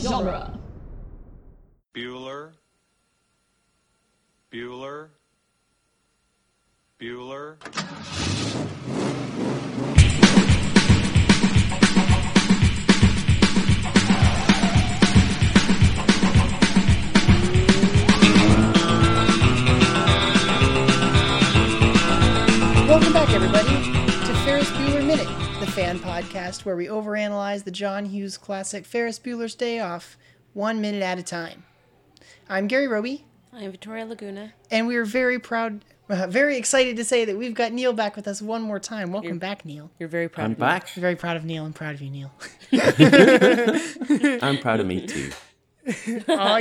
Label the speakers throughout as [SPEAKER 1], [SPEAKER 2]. [SPEAKER 1] genre.
[SPEAKER 2] Bueller. Bueller. Bueller.
[SPEAKER 3] Welcome back, everybody, to Ferris Bueller Minute, the fan podcast where we overanalyze the John Hughes classic Ferris Bueller's Day Off one minute at a time. I'm Gary Roby,
[SPEAKER 4] I'm Victoria Laguna.
[SPEAKER 3] and we're very proud, uh, very excited to say that we've got Neil back with us one more time. Welcome back, Neil.
[SPEAKER 4] You're very proud.
[SPEAKER 5] I'm
[SPEAKER 4] of me.
[SPEAKER 5] back.
[SPEAKER 3] We're very proud of Neil and proud of you, Neil.
[SPEAKER 5] I'm proud of me too.
[SPEAKER 3] Oh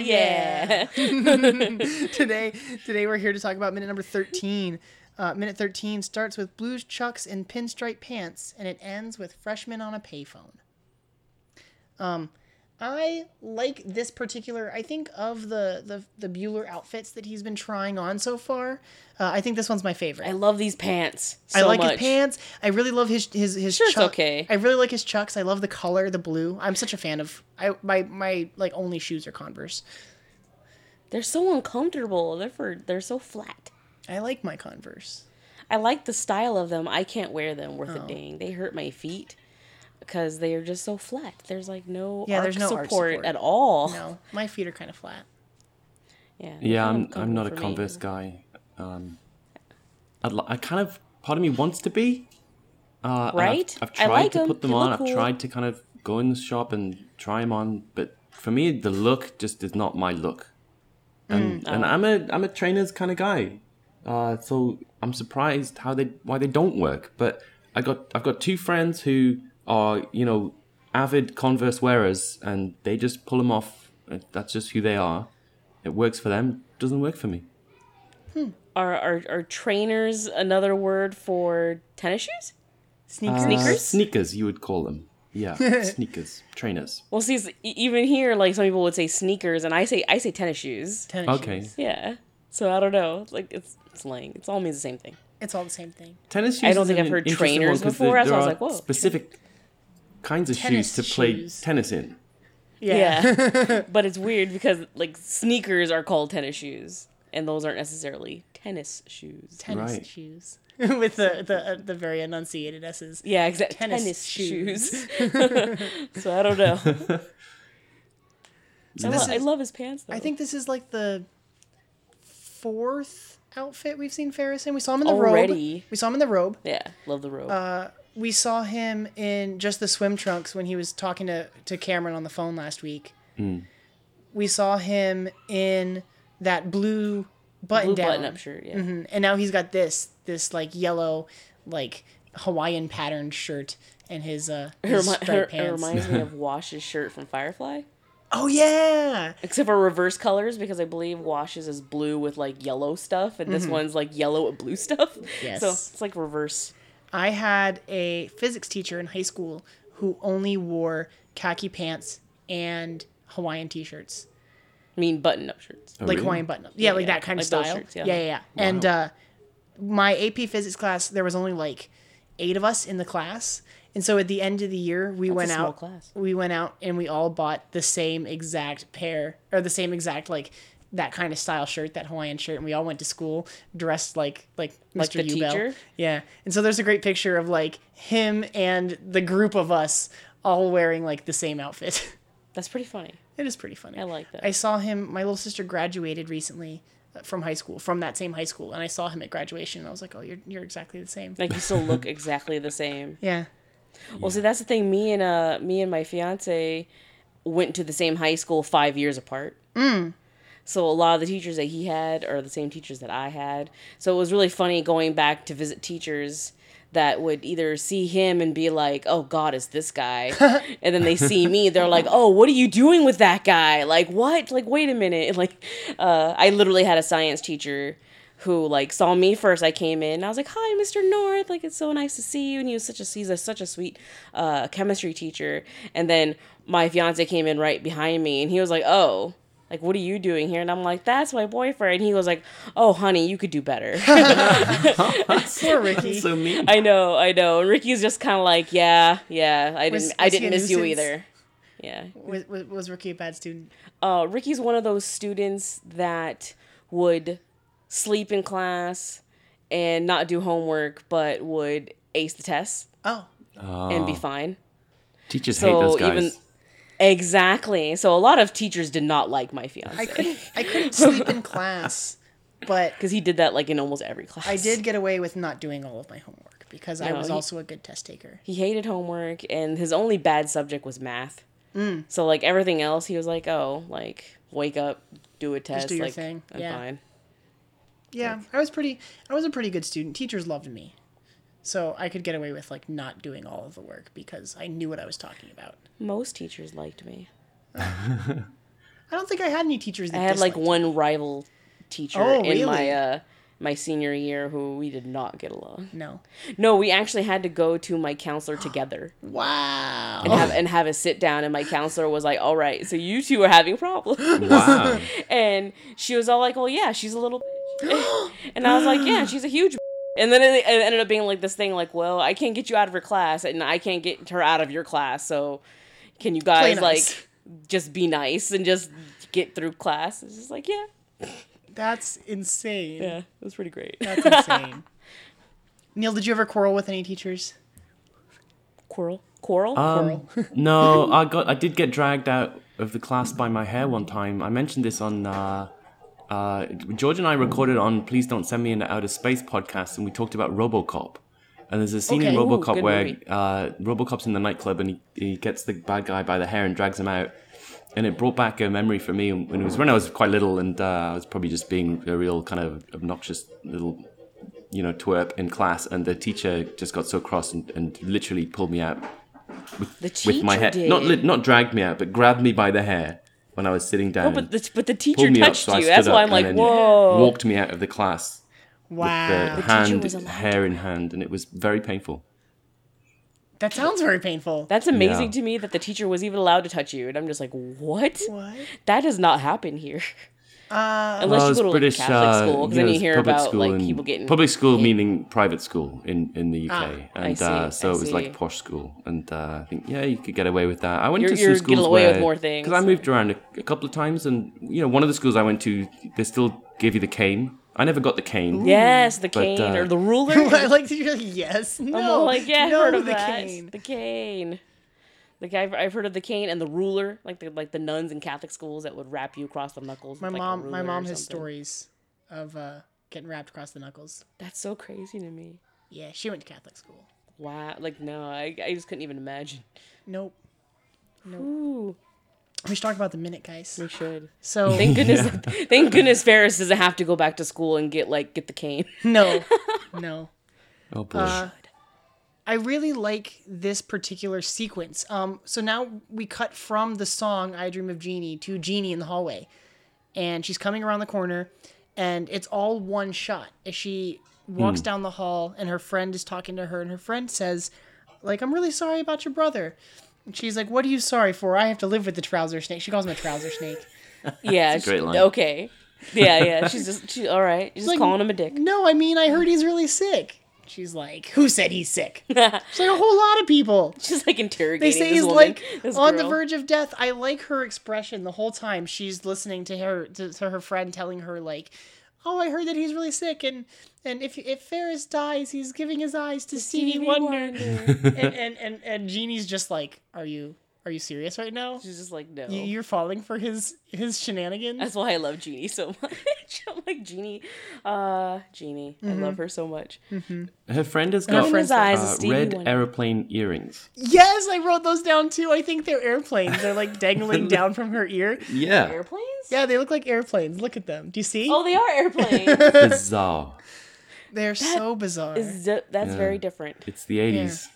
[SPEAKER 3] today, today we're here to talk about minute number thirteen. Uh, minute thirteen starts with blues chucks and pinstripe pants, and it ends with freshman on a payphone. Um, I like this particular. I think of the the the Bueller outfits that he's been trying on so far. Uh, I think this one's my favorite.
[SPEAKER 4] I love these pants. So
[SPEAKER 3] I like
[SPEAKER 4] much.
[SPEAKER 3] his pants. I really love his his his.
[SPEAKER 4] Sure, it's
[SPEAKER 3] chuck-
[SPEAKER 4] okay.
[SPEAKER 3] I really like his chucks. I love the color, the blue. I'm such a fan of. I my my like only shoes are Converse.
[SPEAKER 4] They're so uncomfortable. They're for, they're so flat.
[SPEAKER 3] I like my Converse.
[SPEAKER 4] I like the style of them. I can't wear them worth
[SPEAKER 3] Oh.
[SPEAKER 4] a dang. They hurt my feet because they are just so flat. There's like no
[SPEAKER 3] Yeah,
[SPEAKER 4] arch
[SPEAKER 3] there's no arch
[SPEAKER 4] support,
[SPEAKER 3] support.
[SPEAKER 4] at all.
[SPEAKER 3] No, my feet are kind of flat.
[SPEAKER 4] Yeah. they're
[SPEAKER 5] Yeah, I'm.
[SPEAKER 4] kinda
[SPEAKER 5] I'm not
[SPEAKER 4] uncomfortable for
[SPEAKER 5] a
[SPEAKER 4] me.
[SPEAKER 5] Converse guy. Um, I'd li- I kind of. Part of me wants to be. Uh, and I've-
[SPEAKER 4] Right?
[SPEAKER 5] I've,
[SPEAKER 4] I
[SPEAKER 5] tried
[SPEAKER 4] like
[SPEAKER 5] to
[SPEAKER 4] 'em.
[SPEAKER 5] put them
[SPEAKER 4] They
[SPEAKER 5] on.
[SPEAKER 4] look
[SPEAKER 5] I've
[SPEAKER 4] cool.
[SPEAKER 5] tried to kind of go in the shop and try them on, but for me, the look just is not my look. And
[SPEAKER 4] Mm,
[SPEAKER 5] and
[SPEAKER 4] oh.
[SPEAKER 5] I'm a I'm a trainers kind of guy, uh, so I'm surprised how they why they don't work. But I got I've got two friends who are you know avid Converse wearers, and they just pull them off. Uh, That's just who they are. It works for them. Doesn't work for me.
[SPEAKER 4] Are, are are trainers another word for tennis shoes?
[SPEAKER 3] Sneakers.
[SPEAKER 5] Uh,
[SPEAKER 4] Sneakers?
[SPEAKER 5] sneakers, you would call them. Yeah, sneakers, trainers.
[SPEAKER 4] Well, see, s- e- even here, like some people would say sneakers, and I say I say tennis shoes.
[SPEAKER 3] Tennis
[SPEAKER 5] Okay,
[SPEAKER 3] shoes.
[SPEAKER 4] Yeah. So I don't know. It's Like it's slang. It's all means the same thing.
[SPEAKER 3] It's all the same thing.
[SPEAKER 5] tennis shoes.
[SPEAKER 4] I don't
[SPEAKER 5] is
[SPEAKER 4] think
[SPEAKER 5] an
[SPEAKER 4] I've heard
[SPEAKER 5] interesting
[SPEAKER 4] trainers
[SPEAKER 5] one 'cause
[SPEAKER 4] before, so I
[SPEAKER 5] There, there
[SPEAKER 4] was
[SPEAKER 5] are
[SPEAKER 4] like, whoa,
[SPEAKER 5] specific kinds of
[SPEAKER 3] Tennis
[SPEAKER 5] shoes to play
[SPEAKER 3] shoes.
[SPEAKER 5] tennis in.
[SPEAKER 4] Yeah. but it's weird because like sneakers are called tennis shoes, and those aren't necessarily tennis shoes.
[SPEAKER 3] Tennis
[SPEAKER 5] Right.
[SPEAKER 3] shoes. With the the uh, the very enunciated s's.
[SPEAKER 4] yeah, exactly.
[SPEAKER 3] Tennis
[SPEAKER 4] Tennis, shoes. so I don't know. I,
[SPEAKER 3] this
[SPEAKER 4] lo- I
[SPEAKER 3] is-
[SPEAKER 4] love his pants. Though.
[SPEAKER 3] I think this is like the fourth outfit we've seen Ferris in. We saw him in the robe.
[SPEAKER 4] Already.
[SPEAKER 3] We saw him in the robe.
[SPEAKER 4] Yeah, love the robe.
[SPEAKER 3] Uh, We saw him in just the swim trunks when he was talking to, to Cameron on the phone last week.
[SPEAKER 5] Hmm.
[SPEAKER 3] We saw him in that blue button
[SPEAKER 4] Blue
[SPEAKER 3] down. Mm-hmm.
[SPEAKER 4] button-up shirt. Yeah.
[SPEAKER 3] And now he's got this this like yellow like Hawaiian patterned shirt and his uh
[SPEAKER 4] It,
[SPEAKER 3] his
[SPEAKER 4] remi-
[SPEAKER 3] striped
[SPEAKER 4] it- it
[SPEAKER 3] pants.
[SPEAKER 4] reminds me of Wash's shirt from Firefly,
[SPEAKER 3] oh yeah.
[SPEAKER 4] except for reverse colors because I believe Wash's is blue with like yellow stuff, and this one's like yellow with blue stuff.
[SPEAKER 3] Mm-hmm. Yes.
[SPEAKER 4] So it's like reverse.
[SPEAKER 3] I had a physics teacher in high school who only wore khaki pants and Hawaiian t-shirts,
[SPEAKER 4] I mean, button-up shirts.
[SPEAKER 5] Oh,
[SPEAKER 3] like
[SPEAKER 5] really?
[SPEAKER 3] Hawaiian button-up. Yeah, like
[SPEAKER 4] yeah,
[SPEAKER 3] that kind of
[SPEAKER 4] like those
[SPEAKER 3] style.
[SPEAKER 4] shirts,
[SPEAKER 3] yeah,
[SPEAKER 4] yeah.
[SPEAKER 3] yeah, yeah. And uh, my AP physics class, there was only like eight of us in the class, and so at the end of the year, we went
[SPEAKER 4] a small
[SPEAKER 3] out.
[SPEAKER 4] class.
[SPEAKER 3] We went out and we all bought the same exact pair or the same exact like that kind of style shirt, that Hawaiian shirt, and we all went to school dressed like like Mr.
[SPEAKER 4] Like the
[SPEAKER 3] Ubell.
[SPEAKER 4] teacher?
[SPEAKER 3] Yeah. And so there's a great picture of like him and the group of us all wearing like the same outfit.
[SPEAKER 4] That's pretty funny.
[SPEAKER 3] it is pretty funny.
[SPEAKER 4] I like that.
[SPEAKER 3] I saw him my little sister graduated recently uh, from high school, from that same high school, and I saw him at graduation and I was like, "Oh, you're you're exactly the same."
[SPEAKER 4] Like you still look exactly the same.
[SPEAKER 3] Yeah.
[SPEAKER 4] Well, see, that's the thing. Me and uh, me and my fiance went to the same high school five years apart. Mm. So a lot of the teachers that he had are the same teachers that I had. So it was really funny going back to visit teachers that would either see him and be like, "Oh God, is this guy?" and then they see me, they're like, "Oh, what are you doing with that guy? Like what? Like wait a minute!" Like uh, I literally had a science teacher who like saw me first. I came in and I was like, "Hi, Mr. North. Like it's so nice to see you." And he was such a he's a, such a sweet uh, chemistry teacher. And then my fiance came in right behind me, and he was like, "Oh." Like, what are you doing here? And I'm like, that's my boyfriend. And he was like, oh, honey, you could do better.
[SPEAKER 3] Poor Ricky.
[SPEAKER 5] So mean.
[SPEAKER 4] I know, I know. And Ricky's just kind of like, yeah, yeah, I didn't,
[SPEAKER 3] Was-
[SPEAKER 4] I
[SPEAKER 3] was he
[SPEAKER 4] didn't
[SPEAKER 3] a
[SPEAKER 4] miss you
[SPEAKER 3] nuisance?
[SPEAKER 4] either. Yeah.
[SPEAKER 3] Was, was, was Ricky a bad student?
[SPEAKER 4] uh, Ricky's one of those students that would sleep in class and not do homework, but would ace the test
[SPEAKER 3] Oh,
[SPEAKER 4] and be fine.
[SPEAKER 5] Teachers hate
[SPEAKER 4] So
[SPEAKER 5] those guys.
[SPEAKER 4] even exactly, so a lot of teachers did not like my
[SPEAKER 3] I
[SPEAKER 4] fiance
[SPEAKER 3] couldn't. I couldn't sleep in class, but
[SPEAKER 4] because he did that like in almost every class.
[SPEAKER 3] I did get away with not doing all of my homework because I
[SPEAKER 4] No,
[SPEAKER 3] was
[SPEAKER 4] he-
[SPEAKER 3] also a good test taker.
[SPEAKER 4] He hated homework, and his only bad subject was math.
[SPEAKER 3] Mm.
[SPEAKER 4] So like everything else, he was like, "Oh, like wake up, do a test,
[SPEAKER 3] do your
[SPEAKER 4] like
[SPEAKER 3] thing."
[SPEAKER 4] I'm
[SPEAKER 3] Yeah.
[SPEAKER 4] fine."
[SPEAKER 3] Yeah, I was pretty. I was a pretty good student. Teachers loved me, so I could get away with like not doing all of the work because I knew what I was talking about.
[SPEAKER 4] Most teachers liked me.
[SPEAKER 3] I don't think I had any teachers. That
[SPEAKER 4] I had like
[SPEAKER 3] disliked
[SPEAKER 4] one rival teacher
[SPEAKER 3] Oh,
[SPEAKER 4] in my
[SPEAKER 3] really?
[SPEAKER 4] uh my senior year who we did not get along.
[SPEAKER 3] me. No.
[SPEAKER 4] No, we actually had to go to my counselor together
[SPEAKER 3] Wow.
[SPEAKER 4] and have and have a sit down and my counselor was like, "All right, so you two are having problems."
[SPEAKER 5] wow.
[SPEAKER 4] and she was all like, "Well, yeah, she's a little bitch." And I was like, "Yeah, she's a huge bitch." And then it, it ended up being like this thing like, "Well, I can't get you out of her class and I can't get her out of your class, so can you guys
[SPEAKER 3] nice.
[SPEAKER 4] like just be nice and just get through class?" It's just like, "Yeah."
[SPEAKER 3] That's insane.
[SPEAKER 4] Yeah, it was pretty great.
[SPEAKER 3] That's insane. Neil, did you ever quarrel with any teachers?
[SPEAKER 4] Quarrel. Quarrel?
[SPEAKER 5] Um, no, I got I did get dragged out of the class by my hair one time. I mentioned this on uh, uh, George and I recorded on Please Don't Send Me into Outer Space podcast, and we talked about RoboCop. And there's a scene
[SPEAKER 3] Okay.
[SPEAKER 5] in
[SPEAKER 3] Ooh,
[SPEAKER 5] RoboCop
[SPEAKER 4] good
[SPEAKER 5] where
[SPEAKER 4] movie.
[SPEAKER 5] uh, RoboCop's in the nightclub and he, he gets the bad guy by the hair and drags him out. And it brought back a memory for me, and it was when I was quite little, and uh, I was probably just being a real kind of obnoxious little you know, twerp in class, and the teacher just got so cross and, and literally pulled me out with,
[SPEAKER 4] The
[SPEAKER 5] with my
[SPEAKER 4] teacher
[SPEAKER 5] hair. Not
[SPEAKER 4] did.
[SPEAKER 5] lit, not dragged me out, but grabbed me by the hair when I was sitting down.
[SPEAKER 4] Oh, but the, but the
[SPEAKER 5] pulled
[SPEAKER 4] teacher
[SPEAKER 5] me
[SPEAKER 4] touched
[SPEAKER 5] up, so
[SPEAKER 4] you.
[SPEAKER 5] I stood
[SPEAKER 4] That's why
[SPEAKER 5] up
[SPEAKER 4] I'm like,
[SPEAKER 5] and then
[SPEAKER 4] whoa.
[SPEAKER 5] Walked me out of the class
[SPEAKER 3] Wow.
[SPEAKER 5] with the
[SPEAKER 4] teacher
[SPEAKER 5] hand,
[SPEAKER 4] was allowed
[SPEAKER 5] hair in hand, and it was very painful.
[SPEAKER 3] That sounds very painful.
[SPEAKER 4] That's amazing
[SPEAKER 5] Yeah.
[SPEAKER 4] to me that the teacher was even allowed to touch you. And I'm just like, what?
[SPEAKER 3] what?
[SPEAKER 4] That does not happen here. Unless
[SPEAKER 3] Uh,
[SPEAKER 5] Well,
[SPEAKER 4] you
[SPEAKER 5] it's
[SPEAKER 4] go to like,
[SPEAKER 5] British
[SPEAKER 4] a Catholic
[SPEAKER 5] uh,
[SPEAKER 4] school, because
[SPEAKER 5] you know,
[SPEAKER 4] then you
[SPEAKER 5] it's
[SPEAKER 4] hear
[SPEAKER 5] public
[SPEAKER 4] about
[SPEAKER 5] school
[SPEAKER 4] like
[SPEAKER 5] and-
[SPEAKER 4] people getting
[SPEAKER 5] public school, meaning private school in, in the UK,
[SPEAKER 4] Ah, I
[SPEAKER 5] and
[SPEAKER 4] see,
[SPEAKER 5] uh, so
[SPEAKER 4] I
[SPEAKER 5] it was
[SPEAKER 4] see.
[SPEAKER 5] like posh school, and uh, I think yeah, you could get away with that. I went
[SPEAKER 4] You're-
[SPEAKER 5] to
[SPEAKER 4] you're
[SPEAKER 5] some schools
[SPEAKER 4] getting away with
[SPEAKER 5] where-
[SPEAKER 4] more things.
[SPEAKER 5] I moved around a, a couple of times, and you know, one of the schools I went to, they still gave you the cane. I never got the cane.
[SPEAKER 4] yes, the cane
[SPEAKER 5] uh,
[SPEAKER 4] or the ruler.
[SPEAKER 3] I like to you're like, yes, no,
[SPEAKER 4] I'm all like, yeah, I've
[SPEAKER 3] no,
[SPEAKER 4] heard of
[SPEAKER 3] the
[SPEAKER 4] that.
[SPEAKER 3] cane.
[SPEAKER 4] The cane. Like I've, I've heard of the cane and the ruler, like the like the nuns in Catholic schools that would wrap you across the knuckles.
[SPEAKER 3] My
[SPEAKER 4] with, like, a
[SPEAKER 3] mom, my
[SPEAKER 4] ruler
[SPEAKER 3] mom
[SPEAKER 4] or
[SPEAKER 3] has
[SPEAKER 4] something.
[SPEAKER 3] stories of uh, getting wrapped across the knuckles.
[SPEAKER 4] That's so crazy to me.
[SPEAKER 3] Yeah, she went to Catholic school.
[SPEAKER 4] Wow, like no, I, I just couldn't even imagine.
[SPEAKER 3] Nope.
[SPEAKER 4] Ooh,
[SPEAKER 3] We should talk about the minute, guys.
[SPEAKER 4] we should.
[SPEAKER 3] So
[SPEAKER 4] Thank goodness, thank goodness Ferris doesn't have to go back to school and get like get the cane.
[SPEAKER 3] no, no.
[SPEAKER 5] Oh boy.
[SPEAKER 4] Uh,
[SPEAKER 3] I really like this particular sequence. Um, so now we cut from the song "I Dream of Jeannie" to Jeannie in the hallway, and she's coming around the corner, and it's all one shot. As she walks down the hall, and her friend is talking to her, and her friend says, "Like, I'm really sorry about your brother." And she's like, "What are you sorry for? I have to live with the trouser snake." She calls him a trouser snake.
[SPEAKER 4] Yeah,
[SPEAKER 5] great
[SPEAKER 4] she-
[SPEAKER 5] line.
[SPEAKER 4] Okay, yeah, yeah. She's just she all right. She's just
[SPEAKER 3] like-
[SPEAKER 4] calling him a dick.
[SPEAKER 3] No, I mean, I heard he's really sick. She's like, "Who said he's sick?" She's like, "A whole lot of people."
[SPEAKER 4] She's like interrogating.
[SPEAKER 3] They say
[SPEAKER 4] this
[SPEAKER 3] he's
[SPEAKER 4] woman,
[SPEAKER 3] like
[SPEAKER 4] this
[SPEAKER 3] on the
[SPEAKER 4] girl.
[SPEAKER 3] verge of death. I like her expression the whole time. She's listening to her to, to her friend telling her like, "Oh, I heard that he's really sick, and and if if Ferris dies, he's giving his eyes to Stevie,
[SPEAKER 4] Stevie
[SPEAKER 3] Wonder."
[SPEAKER 4] Wonder.
[SPEAKER 3] and, and and and Jeannie's just like, "Are you are you serious right now?
[SPEAKER 4] She's just like no.
[SPEAKER 3] You- You're falling for his his shenanigans."
[SPEAKER 4] That's why I love Jeannie so much. I'm like Jeannie, uh, Jeannie.
[SPEAKER 3] Mm-hmm.
[SPEAKER 4] I love her so much.
[SPEAKER 5] Her friend has
[SPEAKER 4] Her
[SPEAKER 5] got
[SPEAKER 4] friend's eyes is
[SPEAKER 5] uh,
[SPEAKER 4] Stevie
[SPEAKER 5] red
[SPEAKER 4] Wonder.
[SPEAKER 5] aeroplane earrings.
[SPEAKER 3] Yes, I wrote those down too. I think they're airplanes. They're like dangling down from her ear.
[SPEAKER 5] Yeah,
[SPEAKER 4] airplanes.
[SPEAKER 3] Yeah, they look like airplanes. Look at them. Do you see?
[SPEAKER 4] Oh, they are airplanes.
[SPEAKER 5] bizarre.
[SPEAKER 3] they're so bizarre.
[SPEAKER 4] Is di- that's very different.
[SPEAKER 5] It's the eighties.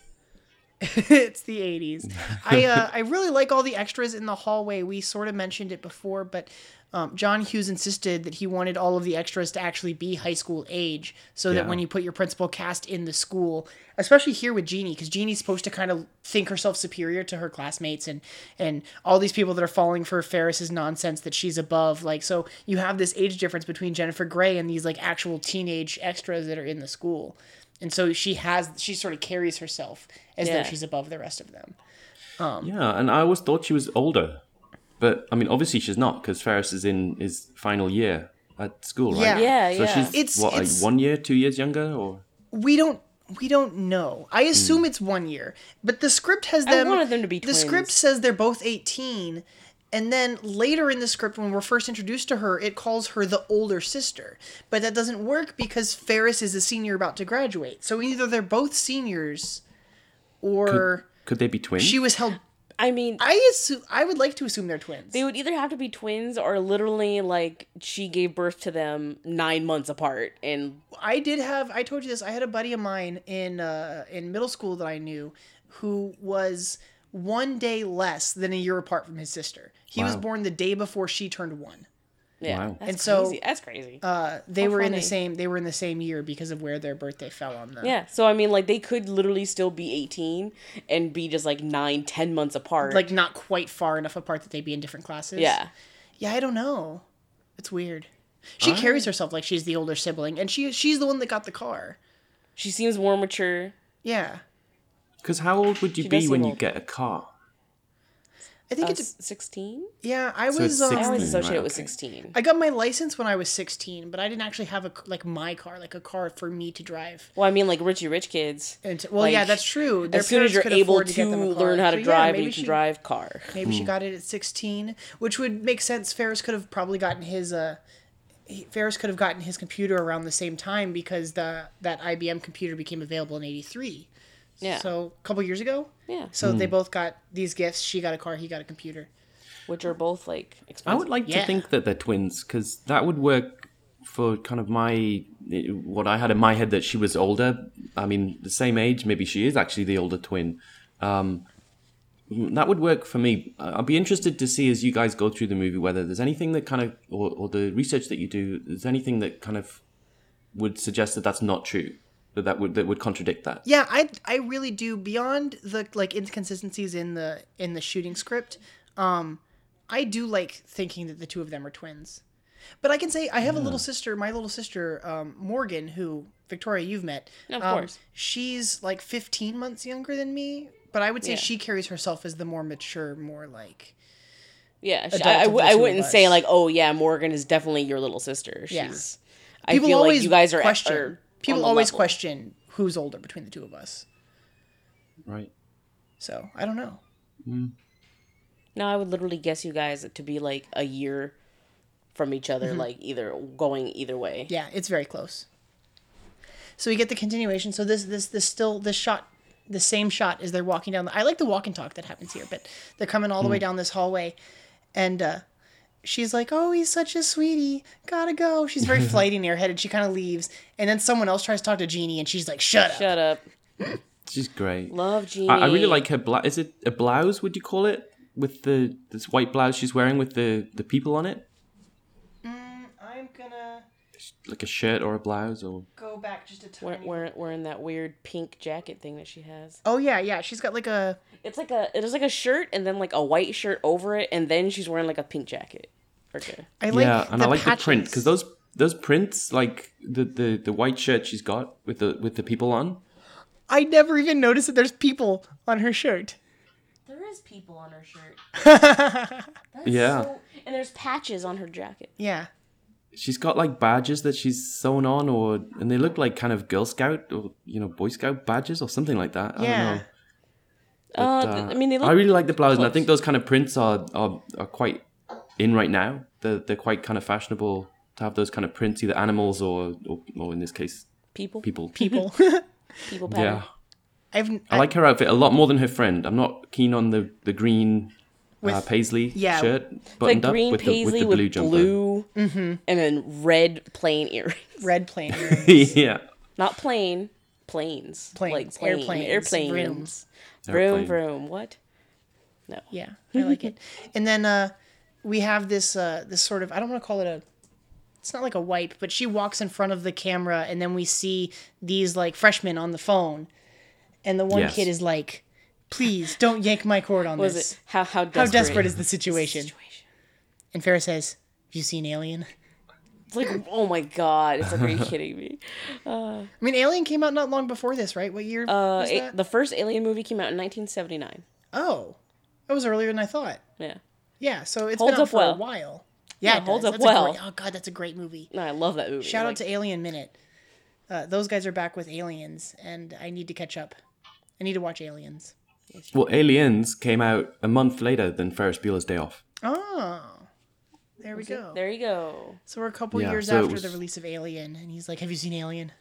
[SPEAKER 3] it's the 80s. I uh, I really like all the extras in the hallway. We sort of mentioned it before, but um, John Hughes insisted that he wanted all of the extras to actually be high school age so that
[SPEAKER 5] Yeah.
[SPEAKER 3] when you put your principal cast in the school, especially here with Jeannie, because Jeannie's supposed to kind of think herself superior to her classmates and, and all these people that are falling for Ferris's nonsense that she's above. Like, so you have this age difference between Jennifer Grey and these like actual teenage extras that are in the school. And so she has, she sort of carries herself as though
[SPEAKER 4] Yeah.
[SPEAKER 3] she's above the rest of them.
[SPEAKER 5] yeah, and I always thought she was older, but I mean, obviously she's not because Ferris is in his final year at school, right?
[SPEAKER 3] Yeah.
[SPEAKER 4] Yeah,
[SPEAKER 5] So
[SPEAKER 4] yeah.
[SPEAKER 5] she's
[SPEAKER 3] It's-
[SPEAKER 5] what,
[SPEAKER 3] it's-
[SPEAKER 5] like one year, two years younger, or
[SPEAKER 3] we don't we don't know. I assume it's one year, but the script has
[SPEAKER 4] I
[SPEAKER 3] them.
[SPEAKER 4] wanted them to be
[SPEAKER 3] The script
[SPEAKER 4] twins.
[SPEAKER 3] says they're both eighteen, and then later in the script, when we're first introduced to her, it calls her the older sister. But that doesn't work because Ferris is a senior about to graduate. So either they're both seniors, or
[SPEAKER 5] could they be twins?
[SPEAKER 3] she was held.
[SPEAKER 4] I mean,
[SPEAKER 3] I assume I would like to assume they're twins.
[SPEAKER 4] they would either have to be twins or literally like she gave birth to them nine months apart. And
[SPEAKER 3] I did have I told you this I had a buddy of mine in uh, in middle school that I knew who was one day less than a year apart from his sister. He was
[SPEAKER 5] Wow.
[SPEAKER 3] born the day before she turned one.
[SPEAKER 4] yeah,
[SPEAKER 5] Wow.
[SPEAKER 4] that's
[SPEAKER 3] And so,
[SPEAKER 4] crazy. That's crazy.
[SPEAKER 3] Uh, they
[SPEAKER 4] How
[SPEAKER 3] were in the
[SPEAKER 4] funny.
[SPEAKER 3] same they were in the same year because of where their birthday fell on them.
[SPEAKER 4] yeah. So I mean, like they could literally still be eighteen and be just like nine, ten months apart.
[SPEAKER 3] Like not quite far enough apart that they'd be in different classes.
[SPEAKER 4] yeah.
[SPEAKER 3] Yeah, I don't know. It's weird. She carries herself like she's the older sibling and she she's the one that got the car.
[SPEAKER 4] She seems more mature.
[SPEAKER 3] Yeah.
[SPEAKER 5] Because how old would you
[SPEAKER 4] She does
[SPEAKER 5] be
[SPEAKER 4] seem
[SPEAKER 5] when you
[SPEAKER 4] old.
[SPEAKER 5] get a car?
[SPEAKER 3] I think it's
[SPEAKER 4] Uh, Sixteen.
[SPEAKER 3] yeah, I
[SPEAKER 5] So
[SPEAKER 3] was
[SPEAKER 5] it's
[SPEAKER 4] I
[SPEAKER 3] um,
[SPEAKER 5] 16.
[SPEAKER 4] always
[SPEAKER 5] right,
[SPEAKER 4] associate it with
[SPEAKER 5] okay.
[SPEAKER 4] sixteen.
[SPEAKER 3] I got my license when I was 16, but I didn't actually have a c- like my car, like a car for me to drive.
[SPEAKER 4] Well, I mean, like Richie Rich kids.
[SPEAKER 3] And t- well,
[SPEAKER 4] Like,
[SPEAKER 3] yeah, that's true. Their
[SPEAKER 4] as soon as
[SPEAKER 3] parents
[SPEAKER 4] you're
[SPEAKER 3] could
[SPEAKER 4] able
[SPEAKER 3] afford
[SPEAKER 4] to,
[SPEAKER 3] get them a car.
[SPEAKER 4] learn how to
[SPEAKER 3] So, yeah,
[SPEAKER 4] drive, and
[SPEAKER 3] maybe
[SPEAKER 4] you can
[SPEAKER 3] she-
[SPEAKER 4] drive car.
[SPEAKER 3] Maybe she got it at 16, which would make sense. Ferris could have probably gotten his uh he- Ferris could have gotten his computer around the same time because the that IBM computer became available in 83.
[SPEAKER 4] Yeah.
[SPEAKER 3] So, a couple years ago.
[SPEAKER 4] Yeah,
[SPEAKER 3] So, they both got these gifts. She got a car, he got a computer.
[SPEAKER 4] which are both like expensive.
[SPEAKER 5] I would like
[SPEAKER 3] Yeah.
[SPEAKER 5] to think that they're twins because that would work for kind of my what I had in my head that she was older. I mean, the same age. Maybe she is actually the older twin. Um, that would work for me. I- I'll be interested to see as you guys go through the movie whether there's anything that kind of or, or the research that you do. There's anything that kind of would suggest that that's not true. That that would that would contradict that.
[SPEAKER 3] Yeah, I I really do beyond the like inconsistencies in the in the shooting script. Um I do like thinking that the two of them are twins. But I can say I have a little sister, my little sister um Morgan who Victoria you've met.
[SPEAKER 4] Of
[SPEAKER 3] um,
[SPEAKER 4] course.
[SPEAKER 3] She's like 15 months younger than me, but I would say
[SPEAKER 4] Yeah.
[SPEAKER 3] she carries herself as the more mature, more like
[SPEAKER 4] Yeah, she,
[SPEAKER 3] adult
[SPEAKER 4] I, I,
[SPEAKER 3] of
[SPEAKER 4] w-
[SPEAKER 3] the
[SPEAKER 4] I
[SPEAKER 3] two of
[SPEAKER 4] wouldn't say
[SPEAKER 3] us.
[SPEAKER 4] like, oh yeah, Morgan is definitely your little sister.
[SPEAKER 3] Yeah.
[SPEAKER 4] She's. I feel like you guys are
[SPEAKER 3] question.
[SPEAKER 4] are on
[SPEAKER 3] people
[SPEAKER 4] the
[SPEAKER 3] always
[SPEAKER 4] level.
[SPEAKER 3] question who's older between the two of us.
[SPEAKER 5] Right.
[SPEAKER 3] So, I don't know.
[SPEAKER 4] No, I would literally guess you guys to be like a year from each other,
[SPEAKER 3] Mm-hmm.
[SPEAKER 4] like either going either way.
[SPEAKER 3] Yeah, it's very close. So we get the continuation. So this this this still this shot the same shot as they're walking down. The, I like the walk and talk that happens here, but they're coming all the
[SPEAKER 5] Hmm.
[SPEAKER 3] way down this hallway, and uh, she's like, "Oh, he's such a sweetie. Gotta go." She's very flighty and airheaded. She kind of leaves, and then someone else tries to talk to Jeannie, and she's like, "Shut up."
[SPEAKER 4] Shut up,
[SPEAKER 5] She's great.
[SPEAKER 4] love Jeannie.
[SPEAKER 5] I, I really like her blouse. Is it a blouse? Would you call it with the this white blouse she's wearing with the the people on it,
[SPEAKER 3] I'm gonna
[SPEAKER 5] like a shirt or a blouse or?
[SPEAKER 3] go back just a
[SPEAKER 4] We're, we're, wearing that weird pink jacket thing that she has.
[SPEAKER 3] Oh yeah, yeah. She's got like a
[SPEAKER 4] It's like a it is like a shirt and then like a white shirt over it and then she's wearing like a pink jacket. Okay.
[SPEAKER 3] I like
[SPEAKER 5] yeah, and
[SPEAKER 3] the
[SPEAKER 5] I like the print
[SPEAKER 3] patches.
[SPEAKER 5] because those those prints, like the, the the white shirt she's got with the with the people on.
[SPEAKER 3] I never even noticed that there's people on her shirt.
[SPEAKER 4] There is people on her shirt.
[SPEAKER 5] yeah,
[SPEAKER 4] and there's patches on her jacket.
[SPEAKER 3] Yeah.
[SPEAKER 5] she's got like badges that she's sewn on, or and they look like kind of Girl Scout or you know Boy Scout badges or something like that. I
[SPEAKER 3] Yeah.
[SPEAKER 5] don't know.
[SPEAKER 4] Uh,
[SPEAKER 5] But,
[SPEAKER 4] th-
[SPEAKER 5] uh,
[SPEAKER 4] I mean, they look
[SPEAKER 5] I really like the blouse, and I
[SPEAKER 4] close.
[SPEAKER 5] think those kind of prints are, are are quite in right now. They're they're quite kind of fashionable to have those kind of prints, either animals or or, or in this case
[SPEAKER 4] people, people,
[SPEAKER 5] people.
[SPEAKER 3] People.
[SPEAKER 4] people pattern.
[SPEAKER 5] Yeah,
[SPEAKER 3] I've
[SPEAKER 5] I like her outfit a lot more than her friend. I'm not keen on the the green uh,
[SPEAKER 3] With-
[SPEAKER 5] paisley
[SPEAKER 3] yeah.
[SPEAKER 5] shirt
[SPEAKER 4] Like
[SPEAKER 5] buttoned
[SPEAKER 4] green
[SPEAKER 5] up with the,
[SPEAKER 4] paisley
[SPEAKER 5] with the blue jumper.
[SPEAKER 3] Mm-hmm.
[SPEAKER 4] and then red plain earrings.
[SPEAKER 3] red plane.
[SPEAKER 5] yeah,
[SPEAKER 4] Not plain, planes.
[SPEAKER 3] Planes,
[SPEAKER 4] like plane,
[SPEAKER 3] airplanes,
[SPEAKER 4] airplanes,
[SPEAKER 3] vrooms.
[SPEAKER 4] vroom,
[SPEAKER 5] Airplane.
[SPEAKER 4] vroom. What? No.
[SPEAKER 3] Yeah, I like it. And then uh, we have this uh, this sort of I don't want to call it a it's not like a wipe, but she walks in front of the camera, and then we see these like freshmen on the phone, and the one
[SPEAKER 5] Yes.
[SPEAKER 3] kid is like, "Please don't yank my cord on
[SPEAKER 4] Was
[SPEAKER 3] this.
[SPEAKER 4] it how
[SPEAKER 3] How
[SPEAKER 4] how desperate,
[SPEAKER 3] desperate is the situation?"
[SPEAKER 4] situation?
[SPEAKER 3] And Farrah says, "You seen Alien?
[SPEAKER 4] It's like, oh my god! It's like, are you kidding me?
[SPEAKER 3] I mean, Alien came out not long before this, right? What year?
[SPEAKER 4] Uh,
[SPEAKER 3] was
[SPEAKER 4] it-
[SPEAKER 3] that?
[SPEAKER 4] the first Alien movie came out in 1979.
[SPEAKER 3] oh, was earlier than I thought.
[SPEAKER 4] Yeah.
[SPEAKER 3] Yeah, so it's
[SPEAKER 4] Holds
[SPEAKER 3] been on
[SPEAKER 4] up
[SPEAKER 3] for a
[SPEAKER 4] well.
[SPEAKER 3] while. Yeah,
[SPEAKER 4] Yeah,
[SPEAKER 3] it
[SPEAKER 4] holds
[SPEAKER 3] does.
[SPEAKER 4] up
[SPEAKER 3] That's a
[SPEAKER 4] well.
[SPEAKER 3] great- oh god, that's a great movie.
[SPEAKER 4] No, I love that movie.
[SPEAKER 3] Shout
[SPEAKER 4] Like,
[SPEAKER 3] out to Alien Minute. Uh, those guys are back with Aliens, and I need to catch up. I need to watch Aliens.
[SPEAKER 5] Well, Aliens came out a month later than Ferris Bueller's Day Off.
[SPEAKER 3] Oh, there we go.
[SPEAKER 4] There you go.
[SPEAKER 3] So we're a couple
[SPEAKER 5] Yeah,
[SPEAKER 3] years
[SPEAKER 5] so it
[SPEAKER 3] after
[SPEAKER 5] was-
[SPEAKER 3] the release of Alien, and he's like, "Have you seen Alien?"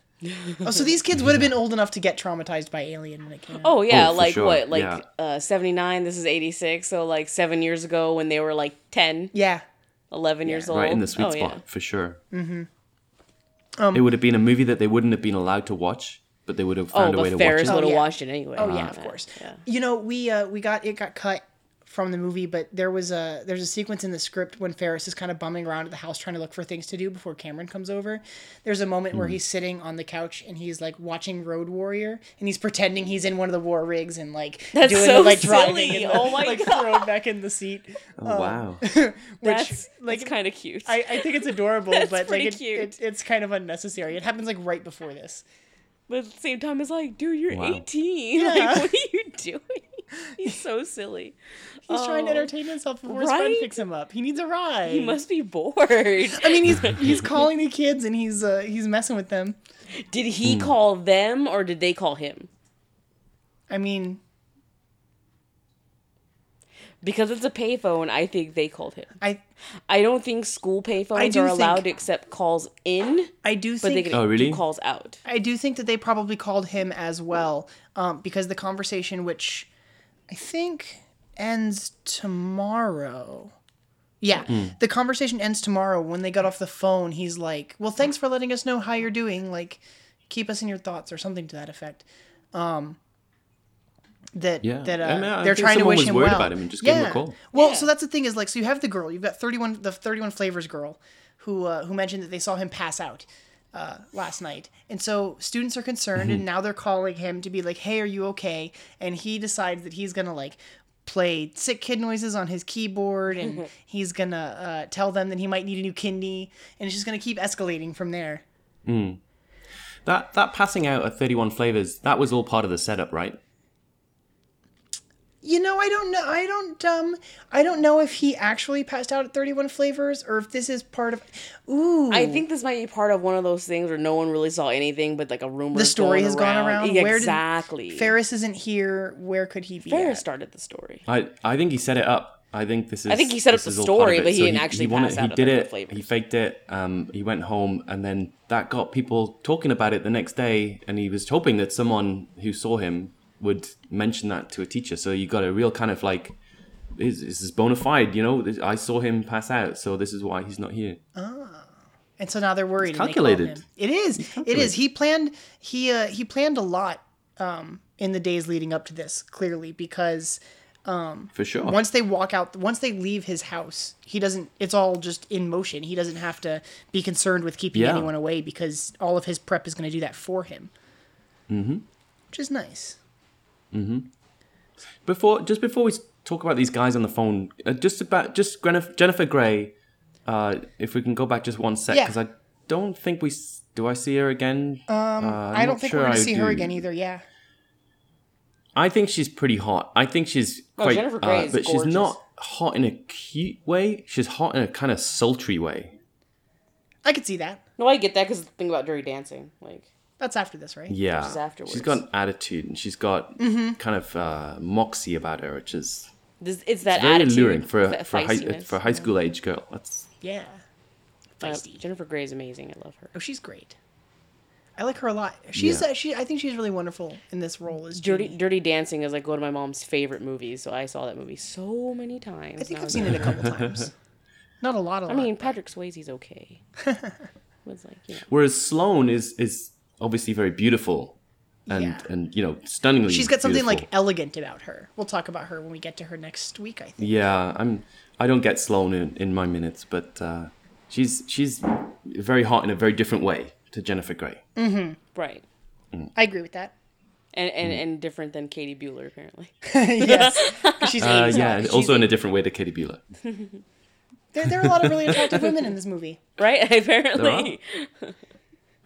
[SPEAKER 3] oh, so these kids would have been old enough to get traumatized by Alien when it came out.
[SPEAKER 4] Oh yeah,
[SPEAKER 5] Oh, for
[SPEAKER 4] like
[SPEAKER 5] sure.
[SPEAKER 4] what? Like
[SPEAKER 5] Yeah.
[SPEAKER 4] uh 79, this is 86, so like 7 years ago when they were like 10,
[SPEAKER 3] Yeah,
[SPEAKER 4] 11 years old.
[SPEAKER 5] Right in the sweet
[SPEAKER 4] oh,
[SPEAKER 5] spot
[SPEAKER 4] Yeah.
[SPEAKER 5] for sure. Mm-hmm. it would have been a movie that they wouldn't have been allowed to watch, but they would have
[SPEAKER 4] Oh,
[SPEAKER 5] found a way to
[SPEAKER 4] but Ferris
[SPEAKER 5] watch
[SPEAKER 4] would
[SPEAKER 5] it.
[SPEAKER 4] have
[SPEAKER 3] yeah.
[SPEAKER 4] watched it anyway.
[SPEAKER 3] Oh yeah, of course. You know, we uh, we got it got cut from the movie, but there was a there's a sequence in the script when Ferris is kind of bumming around at the house trying to look for things to do before Cameron comes over. There's a moment where he's sitting on the couch and he's like watching Road Warrior and he's pretending he's in one of the war rigs and like
[SPEAKER 4] That's
[SPEAKER 3] doing
[SPEAKER 4] so
[SPEAKER 3] the like driving
[SPEAKER 4] silly.
[SPEAKER 3] and
[SPEAKER 4] Oh
[SPEAKER 3] the,
[SPEAKER 4] my
[SPEAKER 3] like
[SPEAKER 4] God.
[SPEAKER 3] thrown back in the seat.
[SPEAKER 5] Oh, wow.
[SPEAKER 3] Which
[SPEAKER 4] That's
[SPEAKER 3] like
[SPEAKER 4] like kind of cute.
[SPEAKER 3] I, I think it's adorable,
[SPEAKER 4] That's
[SPEAKER 3] but like
[SPEAKER 4] pretty
[SPEAKER 3] it,
[SPEAKER 4] cute.
[SPEAKER 3] it- it's kind of unnecessary. It happens like right before this.
[SPEAKER 4] but at the same time, it's like, dude, you're
[SPEAKER 5] Wow.
[SPEAKER 4] 18.
[SPEAKER 3] Yeah.
[SPEAKER 4] Like, what are you doing? He's so silly.
[SPEAKER 3] He's trying to
[SPEAKER 4] Oh.
[SPEAKER 3] entertain himself before his friend
[SPEAKER 4] Right?
[SPEAKER 3] picks him up. He needs a ride.
[SPEAKER 4] He must be bored. I
[SPEAKER 3] I mean, he's he's calling the kids and he's uh, he's messing with them.
[SPEAKER 4] did
[SPEAKER 5] Hmm.
[SPEAKER 4] he call them or did they call him?
[SPEAKER 3] I mean,
[SPEAKER 4] Because it's a payphone, I think they called him.
[SPEAKER 3] I
[SPEAKER 4] I don't think school
[SPEAKER 3] I
[SPEAKER 4] payphones
[SPEAKER 3] do
[SPEAKER 4] are allowed
[SPEAKER 3] think-
[SPEAKER 4] to accept calls in,
[SPEAKER 3] I do
[SPEAKER 4] but they
[SPEAKER 3] think
[SPEAKER 4] can
[SPEAKER 5] Oh, really?
[SPEAKER 4] do calls out.
[SPEAKER 3] I do think that they probably called him as well, um, because the conversation, which I think ends tomorrow. Yeah,
[SPEAKER 5] Hmm.
[SPEAKER 3] the conversation ends tomorrow. When they got off the phone, he's like, "Well, thanks for letting us know how you're doing. Like, keep us in your thoughts or something to that effect." Um, that
[SPEAKER 5] Yeah.
[SPEAKER 3] that uh,
[SPEAKER 5] I mean, I
[SPEAKER 3] they're
[SPEAKER 5] think
[SPEAKER 3] trying to
[SPEAKER 5] someone
[SPEAKER 3] wish
[SPEAKER 5] was
[SPEAKER 3] him
[SPEAKER 5] worried
[SPEAKER 3] well.
[SPEAKER 5] about him and just
[SPEAKER 3] yeah.
[SPEAKER 5] gave him a call.
[SPEAKER 3] Well,
[SPEAKER 4] Yeah.
[SPEAKER 3] so that's the thing is like, so you have the girl, you've got thirty one, the thirty one flavors girl, who uh, who mentioned that they saw him pass out uh, last night, and so students are
[SPEAKER 5] Mm-hmm.
[SPEAKER 3] concerned, and now they're calling him to be like, hey, are you okay? And he decides that he's gonna like play sick kid noises on his keyboard, and he's gonna uh, tell them that he might need a new kidney, and it's just gonna keep escalating from there.
[SPEAKER 5] That that passing out at 31 flavors, that was all part of the setup, right?
[SPEAKER 3] You know, I don't know. I don't um I don't know if he actually passed out at 31 flavors or if this is part of Ooh.
[SPEAKER 4] I think this might be part of one of those things where no one really saw anything, but like a rumor.
[SPEAKER 3] the
[SPEAKER 4] is
[SPEAKER 3] story
[SPEAKER 4] going
[SPEAKER 3] has gone around.
[SPEAKER 4] Yeah,
[SPEAKER 3] Where did-
[SPEAKER 4] exactly?
[SPEAKER 3] Ferris isn't here. Where could he be?
[SPEAKER 4] Ferris
[SPEAKER 3] at?
[SPEAKER 4] started the story.
[SPEAKER 5] I I think he set it up. I think this is.
[SPEAKER 4] think he set up
[SPEAKER 5] this
[SPEAKER 4] the
[SPEAKER 5] is all part
[SPEAKER 4] story,
[SPEAKER 5] of it.
[SPEAKER 4] but he
[SPEAKER 5] So
[SPEAKER 4] didn't actually pass out
[SPEAKER 5] He
[SPEAKER 4] at
[SPEAKER 5] did
[SPEAKER 4] the
[SPEAKER 5] it.
[SPEAKER 4] flavors.
[SPEAKER 5] He faked it. Um, he went home, and then that got people talking about it the next day. And he was hoping that someone who saw him would mention that to a teacher. So you got a real kind of like, is is this bona fide? You know, This- I saw him pass out, so this is why he's not here.
[SPEAKER 3] And so now they're worried. and they call
[SPEAKER 5] calculated.
[SPEAKER 3] him. It is. It is. He planned. He uh, he planned a lot um, in the days leading up to this. Clearly, because
[SPEAKER 5] For sure.
[SPEAKER 3] once they walk out, once they leave his house, he doesn't. It's all just in motion. He doesn't have to be concerned with keeping
[SPEAKER 5] Yeah.
[SPEAKER 3] anyone away because all of his prep is going to do that for him. Mm-hmm. Which is nice.
[SPEAKER 5] before just before we s- talk about these guys on the phone, uh, just about just Grenif- Jennifer Grey, uh, if we can go back just one sec
[SPEAKER 3] Yeah.
[SPEAKER 5] because I don't think we s- do I see her again. Um,
[SPEAKER 3] I don't think we're going to see her again either. Yeah.
[SPEAKER 5] I think she's pretty hot. I think she's
[SPEAKER 4] Oh,
[SPEAKER 5] quite,
[SPEAKER 4] Jennifer Grey
[SPEAKER 5] uh,
[SPEAKER 4] is
[SPEAKER 5] but she's
[SPEAKER 4] gorgeous.
[SPEAKER 5] not hot in a cute way. She's hot in a kind of sultry way.
[SPEAKER 3] I could see that.
[SPEAKER 4] No, I get that because the thing about Dirty Dancing, like
[SPEAKER 3] That's after this, right?
[SPEAKER 5] Yeah,
[SPEAKER 4] She's afterwards.
[SPEAKER 5] she's got an attitude and she's got
[SPEAKER 3] Mm-hmm.
[SPEAKER 5] kind of uh, moxie about her, which is
[SPEAKER 4] this, it's that
[SPEAKER 5] very
[SPEAKER 4] attitude,
[SPEAKER 5] alluring for a,
[SPEAKER 4] that
[SPEAKER 5] for, a high,
[SPEAKER 4] feistiness.
[SPEAKER 5] for a high school age girl. That's
[SPEAKER 3] Yeah.
[SPEAKER 4] Uh,
[SPEAKER 3] Feisty.
[SPEAKER 4] Jennifer Grey is amazing. I love her.
[SPEAKER 3] Oh, she's great. I like her a lot. She's
[SPEAKER 5] Yeah.
[SPEAKER 3] uh, she. I think she's really wonderful in this role as Judy.
[SPEAKER 4] Dirty
[SPEAKER 5] Mm.
[SPEAKER 4] Dirty Dancing is like one of my mom's favorite movies, so I saw that movie so many times.
[SPEAKER 3] I think
[SPEAKER 4] and
[SPEAKER 3] I've
[SPEAKER 4] was
[SPEAKER 3] seen it a couple times. Not a lot. A lot.
[SPEAKER 4] I mean, Patrick Swayze's okay. was like, you know,
[SPEAKER 5] Whereas Sloane is is obviously very beautiful, and
[SPEAKER 3] Yeah.
[SPEAKER 5] and you know stunningly.
[SPEAKER 3] she's got something like
[SPEAKER 5] beautiful.
[SPEAKER 3] elegant about her. We'll talk about her when we get to her next week. I think.
[SPEAKER 5] Yeah, I'm. I don't get Sloane in, in my minutes, but uh, she's she's very hot in a very different way to Jennifer Grey.
[SPEAKER 3] Mm.
[SPEAKER 4] right.
[SPEAKER 3] I agree with that.
[SPEAKER 4] And, and,
[SPEAKER 5] Mm.
[SPEAKER 4] and different than Katie Bueller apparently.
[SPEAKER 3] yes, 'Cause she's
[SPEAKER 5] Uh,
[SPEAKER 3] 80s
[SPEAKER 5] yeah,
[SPEAKER 3] now.
[SPEAKER 5] and
[SPEAKER 3] She's-
[SPEAKER 5] also in a different way to Katie Bueller.
[SPEAKER 3] there, there are a lot of really attractive women in this movie,
[SPEAKER 4] Right? Apparently.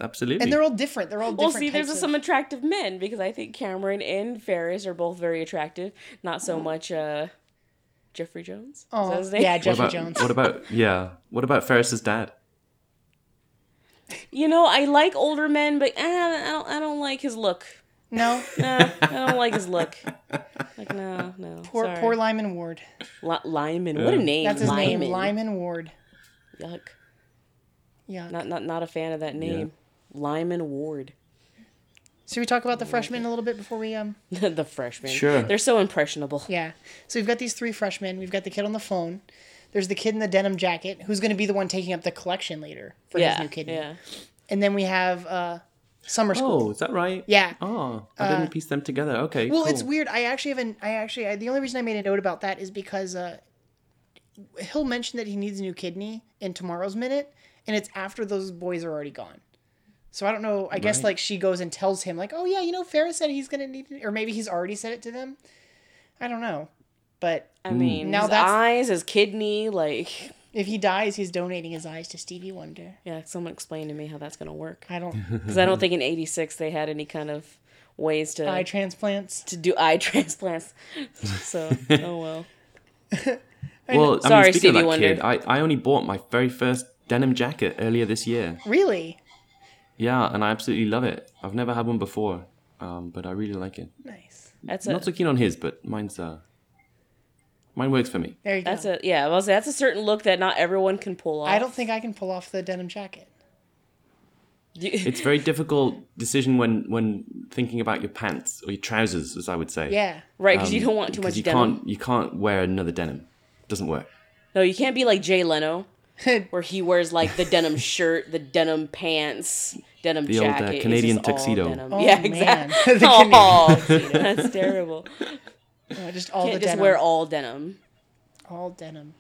[SPEAKER 5] Absolutely.
[SPEAKER 3] and they're all different. They're all different.
[SPEAKER 4] Well, see, there's
[SPEAKER 3] types of-
[SPEAKER 4] some attractive men because I think Cameron and Ferris are both very attractive. Not so much uh, Jeffrey Jones. Is
[SPEAKER 3] Mm. Oh,
[SPEAKER 4] that his name?
[SPEAKER 3] yeah,
[SPEAKER 5] What
[SPEAKER 3] Jeffrey
[SPEAKER 5] about,
[SPEAKER 3] Jones.
[SPEAKER 5] What about yeah? What about Ferris's dad?
[SPEAKER 4] You know, I like older men, but eh, I don't. I don't like his look.
[SPEAKER 3] No,
[SPEAKER 4] Nah, I don't like his look. Like no, no.
[SPEAKER 3] poor
[SPEAKER 4] sorry.
[SPEAKER 3] poor Lyman Ward.
[SPEAKER 4] Li- Lyman. What a name.
[SPEAKER 3] That's his
[SPEAKER 4] Lyman.
[SPEAKER 3] name, Lyman Ward.
[SPEAKER 4] Yuck.
[SPEAKER 3] Yeah.
[SPEAKER 4] Not not not a fan of that name. Lyman Ward,
[SPEAKER 3] Should we talk about the freshmen a little bit before we um?
[SPEAKER 4] the freshman.
[SPEAKER 5] Sure.
[SPEAKER 4] They're so impressionable.
[SPEAKER 3] Yeah. So we've got these three freshmen. We've got the kid on the phone. There's the kid in the denim jacket who's going to be the one taking up the collection later for his
[SPEAKER 4] Yeah.
[SPEAKER 3] new kidney.
[SPEAKER 4] Yeah.
[SPEAKER 3] And then we have uh, summer school.
[SPEAKER 5] Oh, is that right?
[SPEAKER 3] Yeah. Uh,
[SPEAKER 5] Oh, I didn't piece them together. Okay.
[SPEAKER 3] Well,
[SPEAKER 5] cool.
[SPEAKER 3] it's weird. I actually haven't. I actually. I, the only reason I made a note about that is because uh, he'll mention that he needs a new kidney in tomorrow's minute, and it's after those boys are already gone. So I don't know. I guess
[SPEAKER 5] Right.
[SPEAKER 3] like she goes and tells him like, oh yeah, you know, Ferris said he's gonna need, it," or maybe he's already said it to them. I don't know. But
[SPEAKER 4] I
[SPEAKER 5] Hmm.
[SPEAKER 4] mean,
[SPEAKER 3] Now
[SPEAKER 4] his
[SPEAKER 3] that's-
[SPEAKER 4] eyes, his kidney, like
[SPEAKER 3] if he dies, he's donating his eyes to Stevie Wonder.
[SPEAKER 4] yeah. Someone explain to me how that's gonna work
[SPEAKER 3] I don't
[SPEAKER 4] because I don't think in '86 they had any kind of ways to
[SPEAKER 3] eye transplants.
[SPEAKER 4] to do eye transplants. So oh well.
[SPEAKER 5] Well, I
[SPEAKER 4] Sorry,
[SPEAKER 5] mean, speaking
[SPEAKER 4] Stevie
[SPEAKER 5] of that
[SPEAKER 4] Wonder.
[SPEAKER 5] kid, I, I only bought my very first denim jacket earlier this year.
[SPEAKER 3] Really
[SPEAKER 5] Yeah, and I absolutely love it. I've never had one before, um, but I really like it.
[SPEAKER 3] nice.
[SPEAKER 4] That's a
[SPEAKER 5] Not so keen on his, but mine's uh, mine works for me.
[SPEAKER 3] There you go.
[SPEAKER 4] that's a yeah. I was that's a certain look that not everyone can pull off.
[SPEAKER 3] I don't think I can pull off the denim jacket.
[SPEAKER 5] It's a very difficult decision when when thinking about your pants or your trousers, as I would say.
[SPEAKER 3] Yeah.
[SPEAKER 4] right because you don't want too
[SPEAKER 5] Because
[SPEAKER 4] much
[SPEAKER 5] um, you
[SPEAKER 4] denim.
[SPEAKER 5] can't you can't wear another denim. Doesn't work.
[SPEAKER 4] No, you can't be like Jay Leno, where he wears like the denim shirt, the denim pants, denim
[SPEAKER 5] The old, uh,
[SPEAKER 4] jacket. It's
[SPEAKER 5] Canadian
[SPEAKER 4] just all
[SPEAKER 5] tuxedo.
[SPEAKER 4] denim.
[SPEAKER 3] Oh,
[SPEAKER 4] yeah,
[SPEAKER 3] man.
[SPEAKER 4] exactly.
[SPEAKER 3] The
[SPEAKER 4] oh, that's terrible.
[SPEAKER 3] Uh, Just all
[SPEAKER 4] Can't
[SPEAKER 3] the
[SPEAKER 4] just
[SPEAKER 3] denim.
[SPEAKER 4] wear all denim.
[SPEAKER 3] all denim.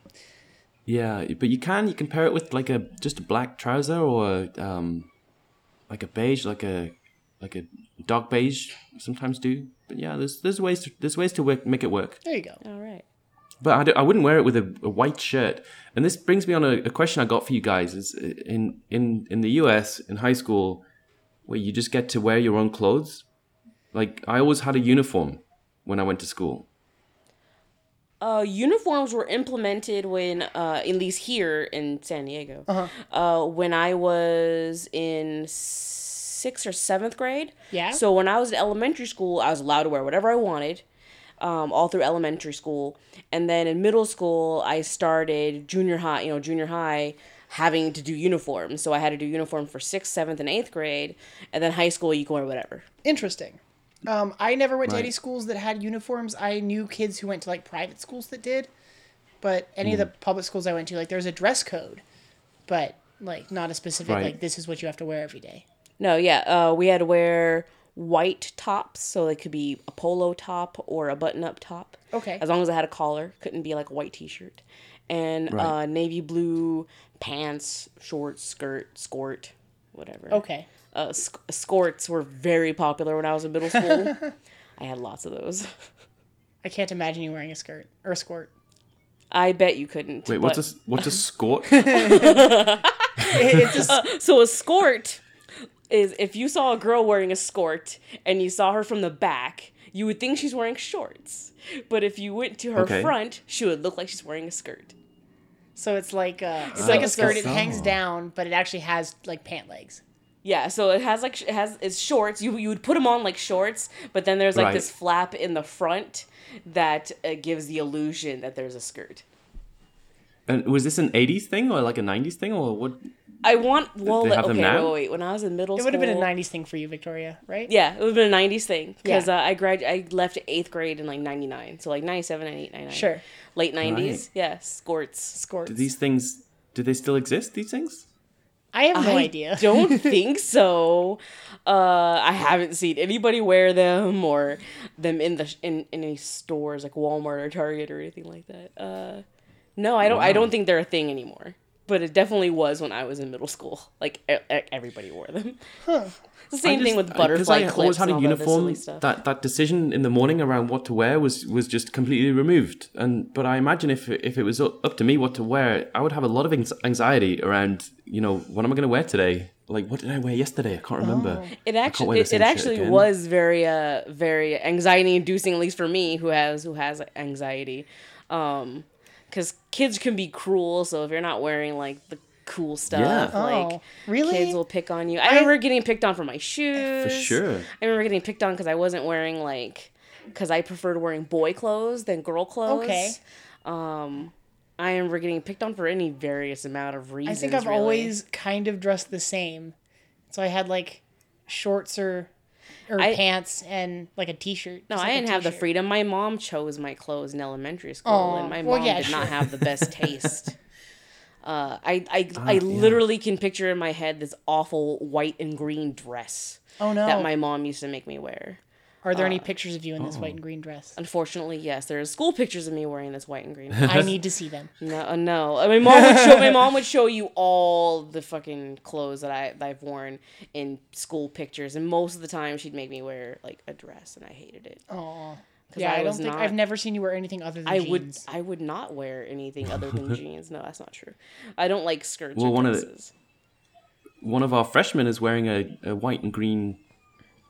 [SPEAKER 5] Yeah, but you can you can pair it with like a just a black trouser or um, like a beige, like a like a dark beige. Sometimes do, but yeah, there's there's ways to, there's ways to work make it work.
[SPEAKER 3] There you go.
[SPEAKER 4] All right.
[SPEAKER 5] But I, don't- I wouldn't wear it with a, a white shirt. And this brings me on a, a question I got for you guys: is uh, in in in the U.S. in high school, where you just get to wear your own clothes. Like I always had a uniform when I went to school.
[SPEAKER 4] Uh, uniforms were implemented when, uh, at least here in San Diego, uh, when I was in sixth or seventh grade.
[SPEAKER 3] Yeah.
[SPEAKER 4] So when I was in elementary school, I was allowed to wear whatever I wanted, um, all through elementary school, and then in middle school, I started junior high. You know, junior high having to do uniforms, so I had to do uniform for sixth, seventh, and eighth grade, and then high school you can wear whatever.
[SPEAKER 3] Interesting. Um, I never went to
[SPEAKER 5] Right.
[SPEAKER 3] any schools that had uniforms. I knew kids who went to like private schools that did, but any of the
[SPEAKER 5] Mm.
[SPEAKER 3] public schools I went to, like there was a dress code, but like not a specific
[SPEAKER 5] Right.
[SPEAKER 3] like this is what you have to wear every day.
[SPEAKER 4] No, yeah, uh, we had to wear white tops, so it could be a polo top or a button-up top.
[SPEAKER 3] Okay.
[SPEAKER 4] As long as it had a collar, couldn't be like a white T-shirt, and uh, navy blue pants, shorts, skirt, skort, whatever.
[SPEAKER 3] Okay.
[SPEAKER 4] Uh, sk- skorts were very popular when I was in middle school. I had lots of those.
[SPEAKER 3] I can't imagine you wearing a skirt or a skirt.
[SPEAKER 4] I bet you couldn't.
[SPEAKER 5] Wait, what's a
[SPEAKER 4] but-
[SPEAKER 5] s- what's a skort?
[SPEAKER 3] It's just,
[SPEAKER 4] So a skort is if you saw a girl wearing a skort and you saw her from the back, you would think she's wearing shorts. But if you went to her
[SPEAKER 5] Okay.
[SPEAKER 4] front, she would look like she's wearing a skirt.
[SPEAKER 3] so it's like uh, it's like a skirt. It
[SPEAKER 5] so-
[SPEAKER 3] hangs down, but it actually has like pant legs.
[SPEAKER 4] Yeah, so it has like sh- it has it's shorts. You you would put them on like shorts, but then there's like
[SPEAKER 5] Right.
[SPEAKER 4] this flap in the front that uh, gives the illusion that there's a skirt.
[SPEAKER 5] and was this an '80s thing or like a '90s thing or what?
[SPEAKER 4] I want well
[SPEAKER 5] they have them
[SPEAKER 4] okay
[SPEAKER 5] now?
[SPEAKER 4] wait, wait when I was in middle
[SPEAKER 3] It
[SPEAKER 4] school
[SPEAKER 3] would have been a '90s thing for you, Victoria, right?
[SPEAKER 4] yeah it would have been a 90s thing because
[SPEAKER 3] Yeah.
[SPEAKER 4] uh, I grad I left eighth grade in like 99 so like 97 98 99
[SPEAKER 3] Sure.
[SPEAKER 4] late 90s yeah skirts
[SPEAKER 3] Skirts.
[SPEAKER 5] Do these things do they still exist? These things?
[SPEAKER 3] I have no
[SPEAKER 4] I
[SPEAKER 3] idea.
[SPEAKER 4] don't think so. Uh, I haven't seen anybody wear them or them in the sh- in, in any stores like Walmart or Target or anything like that. Uh, no, I don't. I don't think they're a thing anymore. But it definitely was when I was in middle school. Like e- e- everybody wore them. It's the
[SPEAKER 5] I
[SPEAKER 4] same
[SPEAKER 5] just-
[SPEAKER 4] thing with
[SPEAKER 5] I- 'cause
[SPEAKER 4] butterfly
[SPEAKER 5] I
[SPEAKER 4] clips.
[SPEAKER 5] always had
[SPEAKER 4] and
[SPEAKER 5] a
[SPEAKER 4] all that other silly
[SPEAKER 5] uniform.
[SPEAKER 4] stuff.
[SPEAKER 5] That that decision in the morning around what to wear was was just completely removed. And but I imagine if if it was up up to me what to wear, I would have a lot of anx- anxiety around you know what am I going to wear today? Like what did I wear yesterday? I can't remember.
[SPEAKER 4] It
[SPEAKER 5] I can't wear
[SPEAKER 4] actually
[SPEAKER 5] the
[SPEAKER 4] it,
[SPEAKER 5] same
[SPEAKER 4] it
[SPEAKER 5] shirt
[SPEAKER 4] actually
[SPEAKER 5] again.
[SPEAKER 4] was very uh very anxiety inducing at least for me who has who has anxiety. um because kids can be cruel so if you're not wearing like the cool stuff
[SPEAKER 5] Yeah.
[SPEAKER 4] like
[SPEAKER 3] Oh, really?
[SPEAKER 4] kids will pick on you i, remember getting picked on for my shoes
[SPEAKER 5] For sure.
[SPEAKER 4] i remember getting picked on because i wasn't wearing like because i preferred wearing boy clothes than girl clothes
[SPEAKER 3] Okay.
[SPEAKER 4] um i remember getting picked on for any various amount of
[SPEAKER 3] I
[SPEAKER 4] reasons
[SPEAKER 3] think I've
[SPEAKER 4] really.
[SPEAKER 3] always kind of dressed the same. So I had like shorts or or
[SPEAKER 4] I-
[SPEAKER 3] pants and like a t-shirt.
[SPEAKER 4] No,
[SPEAKER 3] just
[SPEAKER 4] I
[SPEAKER 3] like a
[SPEAKER 4] didn't have the
[SPEAKER 3] t-shirt.
[SPEAKER 4] freedom. My mom chose my clothes in elementary school,
[SPEAKER 3] Aw,
[SPEAKER 4] and my
[SPEAKER 3] well,
[SPEAKER 4] mom
[SPEAKER 3] yeah,
[SPEAKER 4] did
[SPEAKER 3] sure.
[SPEAKER 4] not have the best taste. Uh, I I, I literally can picture in my head this awful white and green dress
[SPEAKER 3] Oh no.
[SPEAKER 4] that my uh, mom used to make me wear.
[SPEAKER 3] Are there any pictures of you in this
[SPEAKER 5] Oh.
[SPEAKER 3] white and green dress?
[SPEAKER 4] Unfortunately, yes, there are school pictures of me wearing this white and green.
[SPEAKER 3] I need to see them.
[SPEAKER 4] no, uh, no. Uh, My mom would show my mom would show you all the fucking clothes that I that I've worn in school pictures, and most of the time she'd make me wear like a dress, and I hated it.
[SPEAKER 3] Oh.
[SPEAKER 4] 'Cause
[SPEAKER 3] Yeah, I, don't
[SPEAKER 4] was
[SPEAKER 3] think
[SPEAKER 4] not-
[SPEAKER 3] I've never seen you wear anything other than
[SPEAKER 4] I would
[SPEAKER 3] jeans.
[SPEAKER 4] I would not wear anything other than jeans. No, that's not true. I don't like skirts
[SPEAKER 5] Well,
[SPEAKER 4] or
[SPEAKER 5] one of the-
[SPEAKER 4] dresses.
[SPEAKER 5] One of our freshmen is wearing a, a white and green.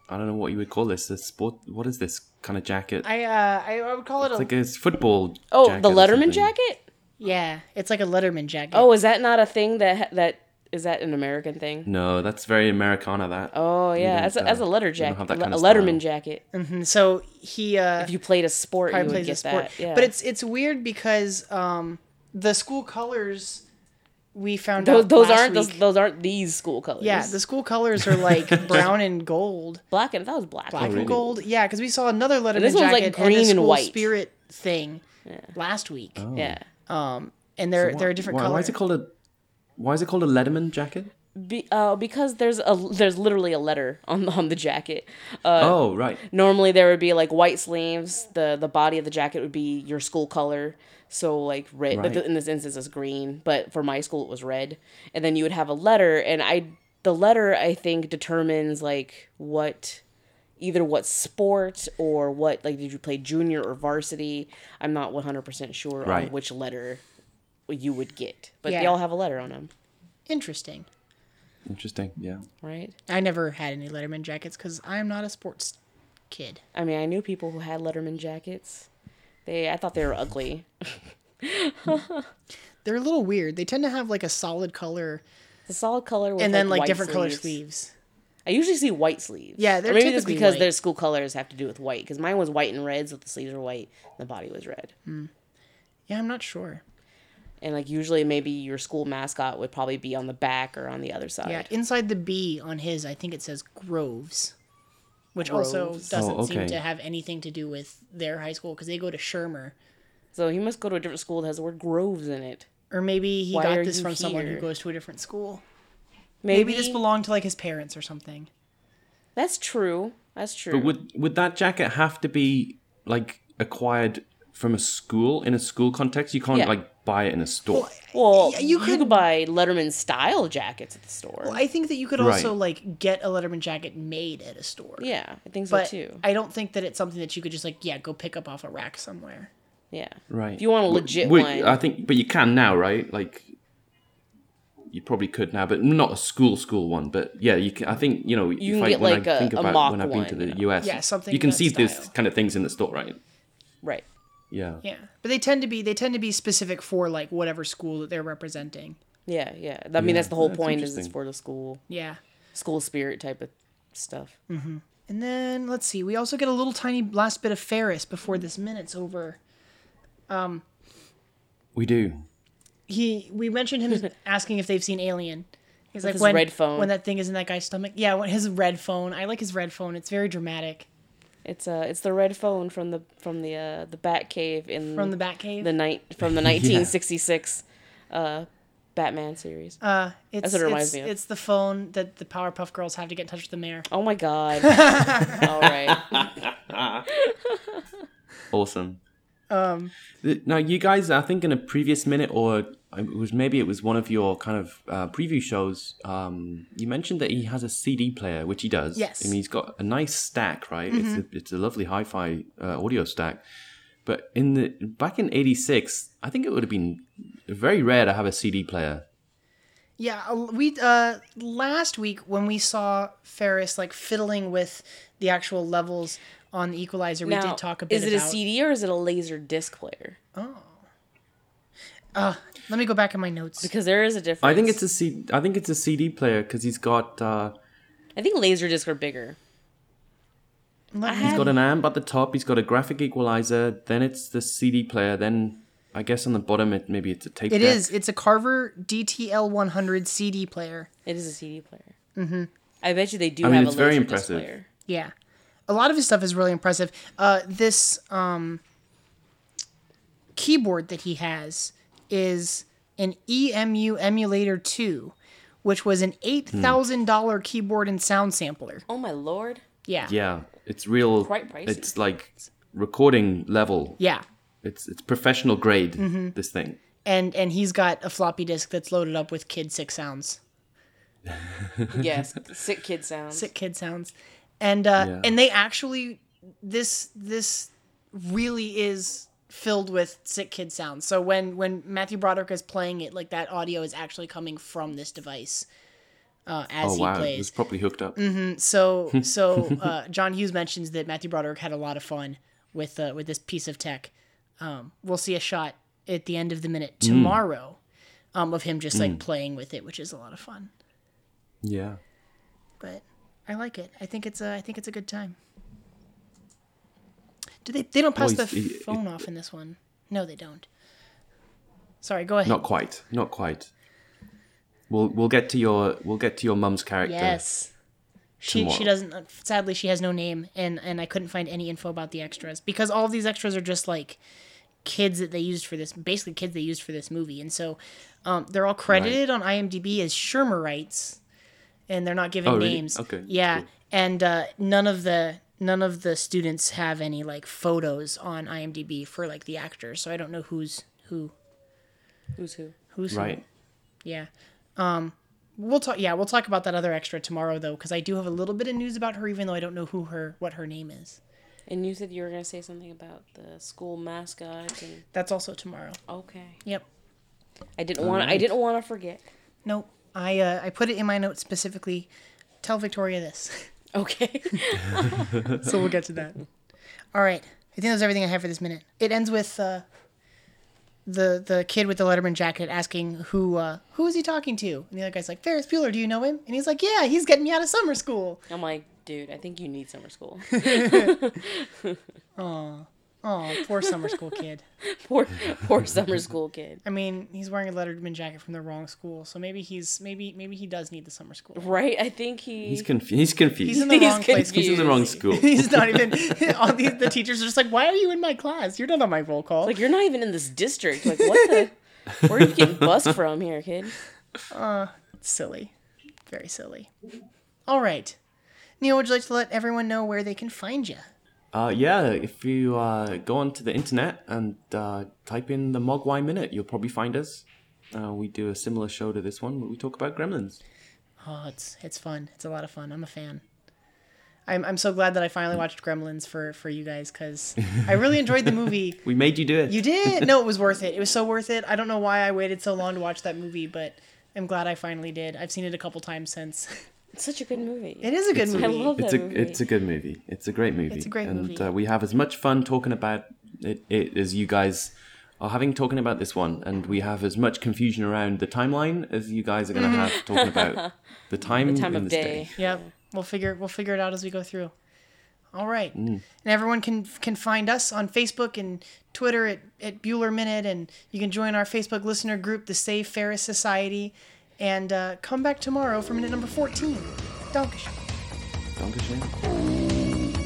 [SPEAKER 5] I don't know what you would call this. A sport. What is this kind of jacket?
[SPEAKER 3] I uh I, I would call it a
[SPEAKER 5] it's like a football.
[SPEAKER 4] Oh,
[SPEAKER 5] jacket
[SPEAKER 4] the
[SPEAKER 5] or
[SPEAKER 4] Letterman
[SPEAKER 5] something.
[SPEAKER 4] jacket?
[SPEAKER 3] yeah, it's like a Letterman jacket.
[SPEAKER 4] Oh, is that not a thing that ha- that is that an American thing?
[SPEAKER 5] No, that's very Americana. That.
[SPEAKER 4] Oh
[SPEAKER 5] You
[SPEAKER 4] yeah,
[SPEAKER 5] don't,
[SPEAKER 4] as a,
[SPEAKER 5] uh,
[SPEAKER 4] as a letter
[SPEAKER 5] you don't
[SPEAKER 4] jacket,
[SPEAKER 5] have that
[SPEAKER 4] le-
[SPEAKER 5] kind
[SPEAKER 4] a
[SPEAKER 5] of
[SPEAKER 4] Letterman
[SPEAKER 5] style.
[SPEAKER 4] jacket.
[SPEAKER 3] And so he uh
[SPEAKER 4] If you played a sport, you
[SPEAKER 3] probably
[SPEAKER 4] would
[SPEAKER 3] plays
[SPEAKER 4] get
[SPEAKER 3] a sport.
[SPEAKER 4] that. Yeah.
[SPEAKER 3] But it's it's weird because um the school colors we found
[SPEAKER 4] those,
[SPEAKER 3] out
[SPEAKER 4] those
[SPEAKER 3] last
[SPEAKER 4] aren't those,
[SPEAKER 3] week-
[SPEAKER 4] those aren't these school colors.
[SPEAKER 3] Yeah, the school colors are like brown and gold,
[SPEAKER 4] black and that was black.
[SPEAKER 3] black
[SPEAKER 5] Oh, really?
[SPEAKER 3] and gold. Yeah, because we saw another Letterman
[SPEAKER 4] this one's,
[SPEAKER 3] jacket
[SPEAKER 4] like, green
[SPEAKER 3] a
[SPEAKER 4] and
[SPEAKER 3] school
[SPEAKER 4] white.
[SPEAKER 3] spirit thing last week,
[SPEAKER 4] Yeah,
[SPEAKER 3] and they're
[SPEAKER 5] Oh. Why-
[SPEAKER 3] they're a different
[SPEAKER 5] why,
[SPEAKER 3] color.
[SPEAKER 5] Why is it called a? Why is it called a Letterman jacket?
[SPEAKER 4] Be, uh, because there's a there's literally a letter on the- on the jacket. Uh,
[SPEAKER 5] oh right.
[SPEAKER 4] normally there would be like white sleeves the the body of the jacket would be your school color so like red but
[SPEAKER 5] Right.
[SPEAKER 4] th- in this instance it's green but for my school it was red and then you would have a letter and i the letter i think determines like what either what sport or what like did you play junior or varsity i'm not 100% sure on
[SPEAKER 5] Right.
[SPEAKER 4] which letter you would get but
[SPEAKER 3] Yeah.
[SPEAKER 4] they all have a letter on them
[SPEAKER 3] Interesting.
[SPEAKER 5] Interesting. Yeah.
[SPEAKER 4] right
[SPEAKER 3] I never had any Letterman jackets because I am not a sports kid.
[SPEAKER 4] i mean i knew people who had letterman jackets they i thought they were ugly
[SPEAKER 3] They're a little weird. They tend to have like a solid color
[SPEAKER 4] The solid color with
[SPEAKER 3] and then like
[SPEAKER 4] white
[SPEAKER 3] different color
[SPEAKER 4] sleeves.
[SPEAKER 3] sleeves.
[SPEAKER 4] I usually see white sleeves.
[SPEAKER 3] Yeah, they're
[SPEAKER 4] or maybe that's
[SPEAKER 3] typically
[SPEAKER 4] because
[SPEAKER 3] white.
[SPEAKER 4] their school colors have to do with white. Because mine was white and red, so the sleeves were white, and the body was red.
[SPEAKER 3] Hmm. Yeah, I'm not sure.
[SPEAKER 4] And like usually, maybe your school mascot would probably be on the back or on the other side.
[SPEAKER 3] Yeah, inside the B on his, I think it says Groves, which also
[SPEAKER 4] Groves.
[SPEAKER 3] doesn't
[SPEAKER 5] Oh,
[SPEAKER 3] seem
[SPEAKER 5] okay.
[SPEAKER 3] to have anything to do with their high school because they go to Shermer,
[SPEAKER 4] So he must go to a different school that has the word groves in it.
[SPEAKER 3] or maybe he
[SPEAKER 4] Why
[SPEAKER 3] got
[SPEAKER 4] are
[SPEAKER 3] this
[SPEAKER 4] you
[SPEAKER 3] from someone who
[SPEAKER 4] here?
[SPEAKER 3] goes to a different school.
[SPEAKER 4] Maybe,
[SPEAKER 3] Maybe, this belonged to like his parents or something.
[SPEAKER 4] That's true. That's true.
[SPEAKER 5] But would would that jacket have to be like acquired from a school in a school context? You can't
[SPEAKER 4] Yeah.
[SPEAKER 5] like buy it in a store.
[SPEAKER 4] well,
[SPEAKER 3] Yeah, you
[SPEAKER 4] you, could,
[SPEAKER 3] could-
[SPEAKER 4] buy Letterman style jackets at the store.
[SPEAKER 3] Well, I think that you could
[SPEAKER 5] Right.
[SPEAKER 3] also like get a Letterman jacket made at a store.
[SPEAKER 4] yeah, I think so
[SPEAKER 3] but
[SPEAKER 4] too.
[SPEAKER 3] I don't think that it's something that you could just like yeah go pick up off a rack somewhere.
[SPEAKER 4] Yeah,
[SPEAKER 5] right.
[SPEAKER 4] If you want a
[SPEAKER 5] W-
[SPEAKER 4] legit
[SPEAKER 5] would-
[SPEAKER 4] one,
[SPEAKER 5] I think, but you can now, right? Like you probably could now, but not a school school one. But yeah, you can. I think you know.
[SPEAKER 4] You
[SPEAKER 5] if
[SPEAKER 4] can
[SPEAKER 5] I,
[SPEAKER 4] get,
[SPEAKER 5] when
[SPEAKER 4] like,
[SPEAKER 5] I
[SPEAKER 4] a-
[SPEAKER 5] think
[SPEAKER 4] a
[SPEAKER 5] about
[SPEAKER 4] mock
[SPEAKER 5] when I've been to
[SPEAKER 4] one, you
[SPEAKER 5] the
[SPEAKER 4] know.
[SPEAKER 5] US.
[SPEAKER 3] Yeah, something
[SPEAKER 5] You
[SPEAKER 3] in
[SPEAKER 5] can
[SPEAKER 3] that
[SPEAKER 5] see this
[SPEAKER 3] style.
[SPEAKER 5] kind of things in the store, right?
[SPEAKER 4] right?
[SPEAKER 5] Yeah.
[SPEAKER 3] Yeah, but they tend to be they tend to be specific for like whatever school that they're representing.
[SPEAKER 4] Yeah, yeah. I mean,
[SPEAKER 5] Yeah,
[SPEAKER 4] that's the whole
[SPEAKER 5] that's
[SPEAKER 4] point. Is it's
[SPEAKER 5] interesting.
[SPEAKER 4] for the school,
[SPEAKER 3] Yeah.
[SPEAKER 4] school spirit type of stuff.
[SPEAKER 3] And then let's see, we also get a little tiny last bit of Ferris before this minute's over.
[SPEAKER 5] We do.
[SPEAKER 3] He we mentioned him asking if they've seen Alien. He's like
[SPEAKER 4] his
[SPEAKER 3] when
[SPEAKER 4] red phone.
[SPEAKER 3] when that thing is in that guy's stomach. Yeah, when his red phone. I like his red phone. It's very dramatic
[SPEAKER 4] It's uh, it's the red phone from the from the uh, the Bat Cave in
[SPEAKER 3] from the Batcave.
[SPEAKER 4] the night from the 1966 uh, Batman series.
[SPEAKER 3] uh, it's,
[SPEAKER 4] That's what it reminds
[SPEAKER 3] it's,
[SPEAKER 4] me of.
[SPEAKER 3] It's the phone that the Powerpuff Girls have to get in touch with the mayor.
[SPEAKER 4] oh my god! All right,
[SPEAKER 5] Awesome. Um, now you guys, I think in a previous minute or it was maybe it was one of your kind of uh, preview shows. Um, you mentioned that he has a CD player, which he does.
[SPEAKER 3] Yes.
[SPEAKER 5] and he's got a nice stack, right? It's a, it's a lovely hi-fi uh, audio stack. But in the back in '86, I think it would have been very rare to have a CD player.
[SPEAKER 3] Yeah, uh, we uh last week when we saw Ferris like fiddling with the actual levels on the equalizer, we
[SPEAKER 4] now
[SPEAKER 3] did talk a bit
[SPEAKER 4] is it
[SPEAKER 3] about
[SPEAKER 4] a CD or is it a laser disc player?
[SPEAKER 3] Oh. Let me go back in my notes.
[SPEAKER 4] because there is a difference.
[SPEAKER 5] I think it's a C. I think it's a CD player because he's got uh,
[SPEAKER 4] I think laser discs are bigger.
[SPEAKER 3] Let me-
[SPEAKER 5] he's got an amp at the top. He's got a graphic equalizer. Then it's the CD player. Then I guess on the bottom it maybe it's a tape.
[SPEAKER 3] It
[SPEAKER 5] deck.
[SPEAKER 3] is. It's a Carver DTL 100 CD player.
[SPEAKER 4] It is a CD player. Mm-hmm. I bet you they do
[SPEAKER 5] I mean,
[SPEAKER 4] have
[SPEAKER 5] it's
[SPEAKER 4] a laser
[SPEAKER 5] very impressive.
[SPEAKER 4] player.
[SPEAKER 3] Yeah. A lot of his stuff is really impressive. Uh, this um, keyboard that he has is an EMU Emulator 2, which was an $8,000 keyboard and sound sampler.
[SPEAKER 4] Oh my lord!
[SPEAKER 3] Yeah.
[SPEAKER 5] Yeah, it's real.
[SPEAKER 4] Quite pricey.
[SPEAKER 5] It's like recording level.
[SPEAKER 3] Yeah. Mm-hmm.
[SPEAKER 5] It's it's professional grade. This thing.
[SPEAKER 3] And, and he's got a floppy disk that's loaded up with Kid Sick sounds.
[SPEAKER 4] Yes, sick kid sounds.
[SPEAKER 3] sick kid sounds and uh
[SPEAKER 5] Yeah.
[SPEAKER 3] and they actually this this really is filled with sick kid sounds so when when matthew broderick is playing it like that audio is actually coming from this device uh, as
[SPEAKER 5] Oh
[SPEAKER 3] he
[SPEAKER 5] wow,
[SPEAKER 3] plays
[SPEAKER 5] it's probably hooked up.
[SPEAKER 3] Mm-hmm. so so uh, john hughes mentions that matthew broderick had a lot of fun with uh, with this piece of tech um, we'll see a shot at the end of the
[SPEAKER 5] Hmm.
[SPEAKER 3] minute tomorrow um, of him just like playing with it which is a lot of fun
[SPEAKER 5] Yeah.
[SPEAKER 3] but I like it. I think it's a I think it's a good time. Do they they don't pass
[SPEAKER 5] Well,
[SPEAKER 3] the
[SPEAKER 5] it's- it-
[SPEAKER 3] phone off in this one? No, they don't. Sorry, go ahead.
[SPEAKER 5] Not quite. Not quite. We'll we'll get to your we'll get to your mum's character.
[SPEAKER 3] yes. She she
[SPEAKER 5] tomorrow.
[SPEAKER 3] doesn't uh, sadly she has no name and and I couldn't find any info about the extras because all of these extras are just like kids that they used for this basically kids they used for this movie and so um, they're all credited on IMDb as Shermerites and they're not giving
[SPEAKER 5] Oh, really?
[SPEAKER 3] names.
[SPEAKER 5] Okay,
[SPEAKER 3] Yeah,
[SPEAKER 5] cool.
[SPEAKER 3] and uh, none of the none of the students have any like photos on IMDb for like the actors, so I don't know who's who.
[SPEAKER 4] Who's who?
[SPEAKER 3] Who's who.
[SPEAKER 5] Right.
[SPEAKER 3] Yeah. Um, we'll talk. Yeah, we'll talk about that other extra tomorrow though, because I do have a little bit of news about her, even though I don't know who her what her name is.
[SPEAKER 4] And you said you were gonna say something about the school mascot. And
[SPEAKER 3] That's also tomorrow.
[SPEAKER 4] okay,
[SPEAKER 3] Yep.
[SPEAKER 4] I didn't want. to I didn't want to forget.
[SPEAKER 3] Nope. I uh, I put it in my notes specifically. Tell Victoria this,
[SPEAKER 4] Okay.
[SPEAKER 3] so we'll get to that. All right. I think that's everything I have for this minute. It ends with uh, the the kid with the Letterman jacket asking who uh, who is he talking to, and the other guy's like Ferris Bueller. Do you know him? And he's like, Yeah, he's getting me out of summer school.
[SPEAKER 4] I'm like, dude, I think you need summer school.
[SPEAKER 3] Oh, poor summer school kid.
[SPEAKER 4] poor, poor summer school kid.
[SPEAKER 3] I mean, he's wearing a Letterman jacket from the wrong school, so maybe he's maybe maybe he does need the summer school.
[SPEAKER 4] Right? I think he.
[SPEAKER 5] He's confused. He's confused.
[SPEAKER 3] He's
[SPEAKER 5] He's
[SPEAKER 3] in the
[SPEAKER 4] He's
[SPEAKER 3] wrong place.
[SPEAKER 4] confused.
[SPEAKER 5] in the wrong school.
[SPEAKER 3] He's not even. All these the teachers are just like, "Why are you in my class? You're not on my roll call."
[SPEAKER 4] like, you're not even in this district. Like, what the? Where are you getting bussed from here, kid?
[SPEAKER 3] silly, very silly. All right, Neil, would you like to let everyone know where they can find you?
[SPEAKER 5] Uh, yeah, if you uh, go onto the internet and uh, type in the Mogwai Minute, you'll probably find us. Uh, we do a similar show to this one, but we talk about gremlins.
[SPEAKER 3] Oh, it's it's fun. It's a lot of fun. I'm a fan. I'm I'm so glad that I finally watched Gremlins for for you guys because I really enjoyed the movie.
[SPEAKER 5] We made you do it.
[SPEAKER 3] You did? No, it was worth it. It was so worth it. I don't know why I waited so long to watch that movie, but I'm glad I finally did. I've seen it a couple times since.
[SPEAKER 4] It's such a good movie.
[SPEAKER 3] It is a good movie.
[SPEAKER 4] I love
[SPEAKER 5] it's
[SPEAKER 4] that
[SPEAKER 5] a
[SPEAKER 4] movie.
[SPEAKER 5] it's a good movie. It's a great movie.
[SPEAKER 3] It's a great
[SPEAKER 5] and,
[SPEAKER 3] movie.
[SPEAKER 5] uh, we have as much fun talking about it, it as you guys are having talking about this one, and we have as much confusion around the timeline as you guys are going to have talking about the time,
[SPEAKER 4] time
[SPEAKER 5] in
[SPEAKER 4] of
[SPEAKER 5] this
[SPEAKER 4] day.
[SPEAKER 3] Yep. We'll figure we'll figure it out as we go through. All right. And everyone can can find us on Facebook and Twitter at, at Bueller Minute and you can join our Facebook listener group, the Save Ferris Society. And uh, come back tomorrow for minute number fourteen. Donkish.
[SPEAKER 5] Don't be ashamed.